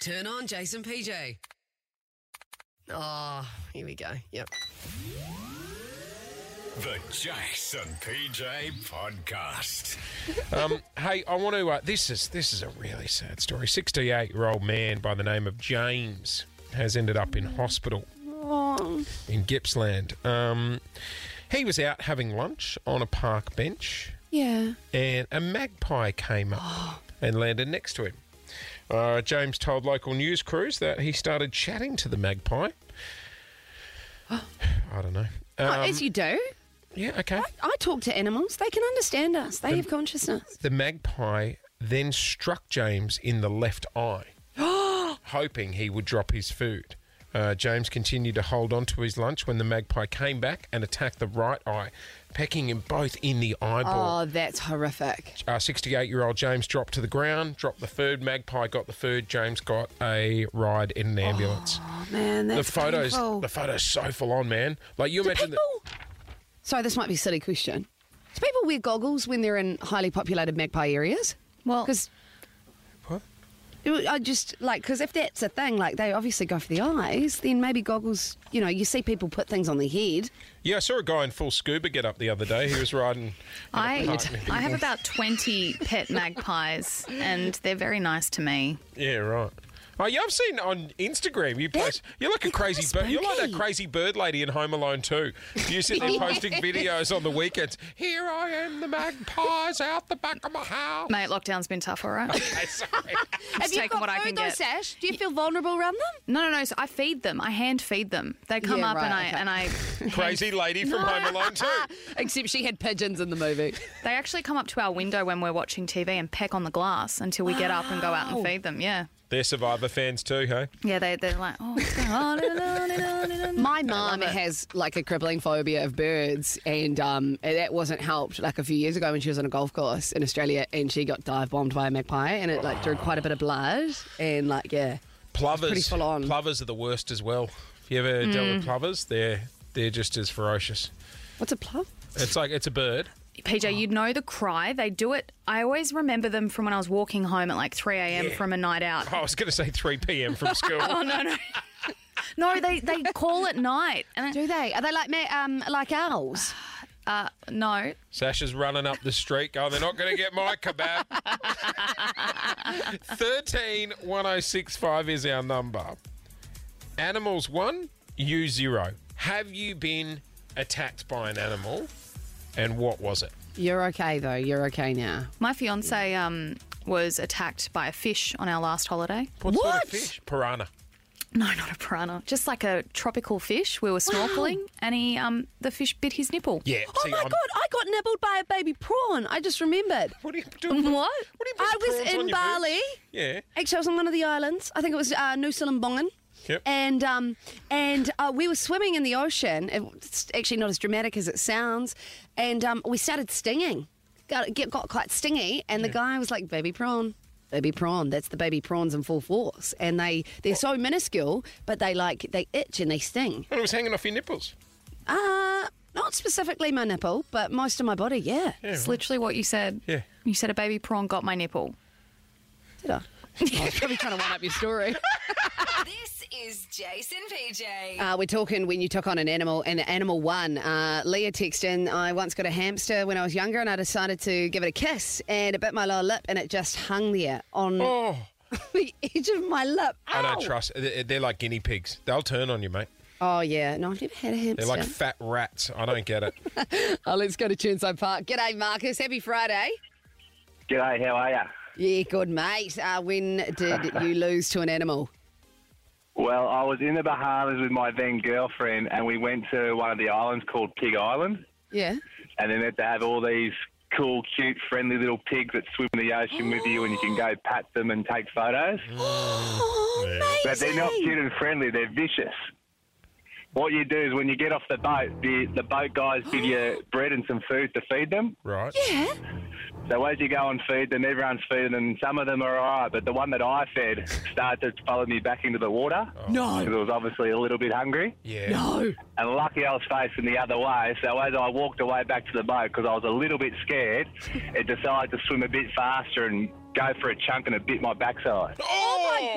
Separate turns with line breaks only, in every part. Turn on Jason PJ. Oh, here we go. Yep.
The Jason PJ Podcast.
Um, hey, I want to. Uh, this is this is a really sad story. Sixty-eight-year-old man by the name of James has ended up in hospital in Gippsland. Um, he was out having lunch on a park bench,
Yeah.
and a magpie came up and landed next to him. Uh, James told local news crews that he started chatting to the magpie. I don't know.
Oh,
Um,
as you do.
yeah, okay.
I talk to animals. They can understand us. They have consciousness.
The magpie then struck James in the left eye, hoping he would drop his food. Uh, James continued to hold on to his lunch when the magpie came back and attacked the right eye, pecking him both in the eyeball.
Oh, that's horrific.
68 year old James dropped to the ground, dropped the food, magpie got the food, James got a ride in an ambulance.
Oh man,
the
that's
photos,
painful.
the photos so full on, man. Like you
Do
imagine that.
people? Sorry, this might be a silly question. Do people wear goggles when they're in highly populated magpie areas?
Well,
Because
What?
I just like because if that's a thing, like they obviously go for the eyes, then maybe goggles. You know, you see people put things on their head.
Yeah, I saw a guy in full scuba get up the other day. He was riding. in a
I,
park.
I have about 20 pet magpies, and they're very nice to me.
Yeah, right. Oh, yeah, I've seen on Instagram you post. You're like a crazy bird. You're like that
spooky.
crazy bird lady in Home Alone too. You sit there posting videos on the weekends. Here I am, the magpies out the back of my house.
Mate, lockdown's been tough, all right?
Okay, sorry.
Just
you
taking what I can
though,
get.
Sash? Do you feel vulnerable around them?
No, no, no. So I feed them. I hand feed them. They come
Yeah,
up and I
right,
and I.
crazy lady from Home Alone too.
Except she had pigeons in the movie.
They actually come up to our window when we're watching TV and peck on the glass until we get up and go out and feed them. Yeah.
They're Survivor fans too, hey?
Yeah, they, they're like, oh, what's going on? And on and on and on.
My mum has like a crippling phobia of birds, and um, that wasn't helped like a few years ago when she was on a golf course in Australia and she got dive bombed by a magpie and it like drew quite a bit of blood. And like, yeah, pretty
Plovers.
full on. Mm.
Plovers are the worst as well. If you ever dealt with plovers, they're they're just as ferocious.
what's a plum?
It's like it's a bird.
PJ, you'd know the cry. They do it. I always remember them from when I was walking home at like 3 a.m. from a night out.
Oh, I was going to say 3 p.m. from school.
no, no. No, they, they call at night. And
Do they? Are they like ma- um, like owls?
I, uh, no,
Sasha's running up the street. Oh, they're not going to get my kebab. 13 1065 is our number. Animals one, you zero. Have you been attacked by an animal? And what was it?
You're okay though. You're okay now.
my fiance um, was attacked by a fish on our last holiday.
What, sort
What?
of fish? Piranha.
No, not a piranha. Just like a tropical fish. We were snorkeling, and he um, the fish bit his nipple.
Yeah.
Oh my god! I got nibbled by a baby prawn. I just remembered.
What are you doing?
What?
What are you putting
I was
prawns on
in
your boobs?
Bali.
Yeah.
Actually, I was on one of the islands. I think it was uh, Nusalambongan.
Yep.
And um, and uh, we were swimming in the ocean. It's actually not as dramatic as it sounds. And um, we started stinging. Got get, got quite stingy. And the guy was like, "Baby prawn, baby prawn." That's the baby prawns in full force. And they they're so minuscule, but they like they itch and they sting.
And it was hanging off your nipples.
Uh not specifically my nipple, but most of my body. Yeah.
It's literally what you said.
Yeah.
You said a baby prawn got my nipple.
Did I? I was probably trying to one up your story.
This is Jason PJ.
Uh, we're talking when you took on an animal, and the animal won. Uh, Leah texted in, I once got a hamster when I was younger, and I decided to give it a kiss, and it bit my lower lip, and it just hung there on
Oh.
the edge of my lip.
I don't
Mm. Ow.
trust. They're they're like guinea pigs. They'll turn on you, mate.
Oh, yeah. No, I've never had a
They're
hamster.
like fat rats. I don't get it.
oh, let's go to Churnside Park. G'day, Marcus. Happy Friday.
G'day, how are ya?
Yeah, good, mate. Uh, when did you lose to an animal?
Well, I was in the Bahamas with my then girlfriend, and we went to one of the islands called Pig Island,
Yeah.
and then they have all these cool, cute, friendly little pigs that swim in the ocean with you, and you can go pat them and take photos.
Mm. Oh,
But they're not cute and friendly; they're vicious. What you do is when you get off the boat, the, the boat guys give you bread and some food to feed them.
Right.
So as you go and feed them, everyone's feeding them. Some of them are all right, but the one that I fed started to follow me back into the water. No. Because it was obviously a little bit hungry.
Yeah.
Oh.
And lucky I was facing the other way, so as I walked away back to the boat because I was a little bit scared, it decided to swim a bit faster and go for a chunk and it bit my backside.
Oh, my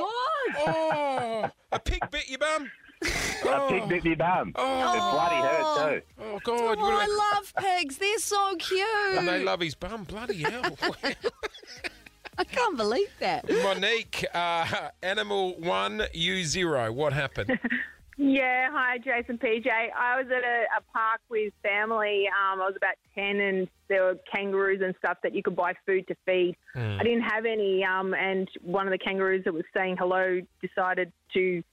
God.
Oh, a pig bit your bum.
A pig bit me bum. It bloody hurt too.
Oh God!
Oh, I love pigs. They're so cute.
and they love his bum. Bloody hell!
I can't believe that.
Monique, uh, animal one, you zero. What happened?
Yeah, hi, Jason PJ. I was at a, a park with family. Um, I was about 10, and there were kangaroos and stuff that you could buy food to feed. I didn't have any, um, and one of the kangaroos that was saying hello decided to.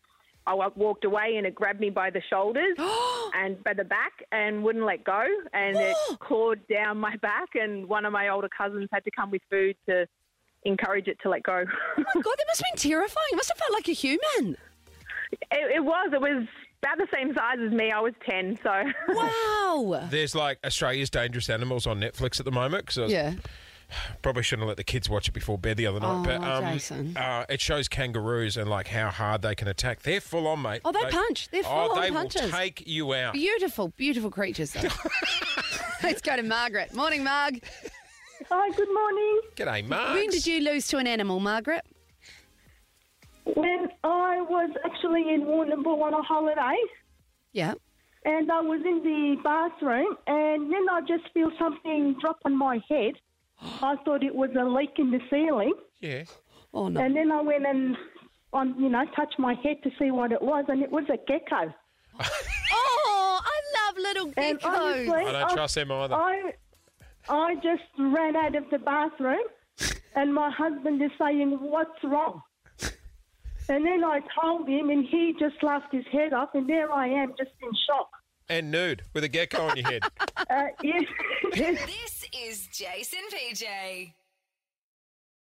I wa- walked away and it grabbed me by the shoulders and by the back and wouldn't let go. And it clawed down my back, and one of my older cousins had to come with food to encourage it to let go.
God, that must have been terrifying. It must have felt like a human.
It, it was. It was about the same size as me. I was 10, so.
Wow.
There's like Australia's Dangerous Animals on Netflix at the moment. Cause I was-
Yeah.
Probably shouldn't have let the kids watch it before bed the other night.
Oh,
but um,
Jason.
Uh, it shows kangaroos and like how hard they can attack. They're full on, mate.
Oh, they punch. They're
oh,
full-on
they will
punchers.
take you out.
Beautiful, beautiful creatures. Though. Let's go to Margaret. Morning, Marg.
Hi, good morning.
G'day, Mark.
When did you lose to an animal, Margaret?
When I was actually in war number one on holiday,
Yeah.
and I was in the bathroom, and then I just feel something drop on my head. I thought it was a leak in the ceiling,
Yeah.
Oh no.
and then I went and, um, you know, touched my head to see what it was, and it was a gecko.
Oh, I love little
And honestly,
geckos.
I don't trust them either.
oh.
I, I just ran out of the bathroom, and my husband is saying, "What's wrong?" And then I told him, and he just laughed his head off, and there I am, just in shock.
And nude with a gecko on your head.
Uh, yes, yes.
This is Jason PJ.